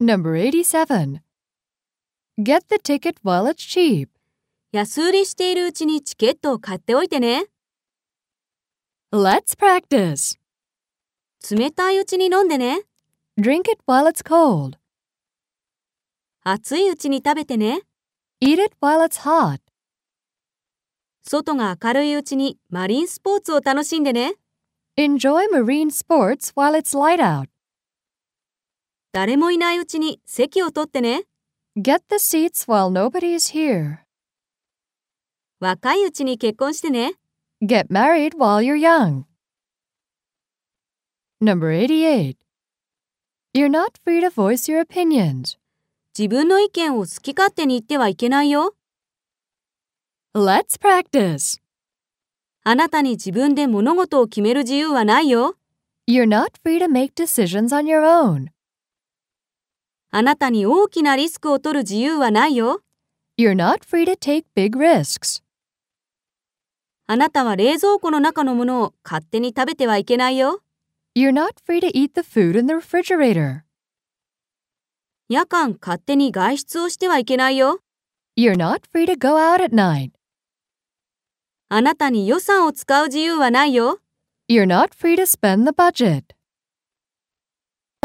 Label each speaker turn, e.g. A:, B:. A: Number 87. Get the ticket while it's cheap.
B: 安売りしているうちにチケットを買っておいてね。
A: Let's practice.
B: 冷たいうちに飲んでね。
A: Drink it while it's cold.
B: 熱いうちに食べてね。
A: Eat it while it's hot.
B: 外が明るいうちにマリンスポーツを楽しんでね。
A: Enjoy marine sports while it's light out.
B: 誰もいないうちに席を取ってね。
A: Get the seats while nobody is here.
B: 若いうちに結婚してね。
A: Get married while you're young. Number 88. You're not free to voice your opinions.
B: 自分の意見を好き勝手に言ってはいけないよ。
A: Let's practice.
B: あなたに自分で物事を決める自由はないよ。
A: You're not free to make decisions on your own.
B: あなたに大きなリスクを取る自由はないよ。
A: You're not free to take big risks.
B: あなたは冷蔵庫の中のものを勝手に食べてはいけないよ。
A: You're not free to eat the food in the refrigerator.
B: 夜間勝手に外出をしてはいけないよ。
A: You're not free to go out at night.
B: あなたに予算を使う自由はないよ。
A: You're not free to spend the budget.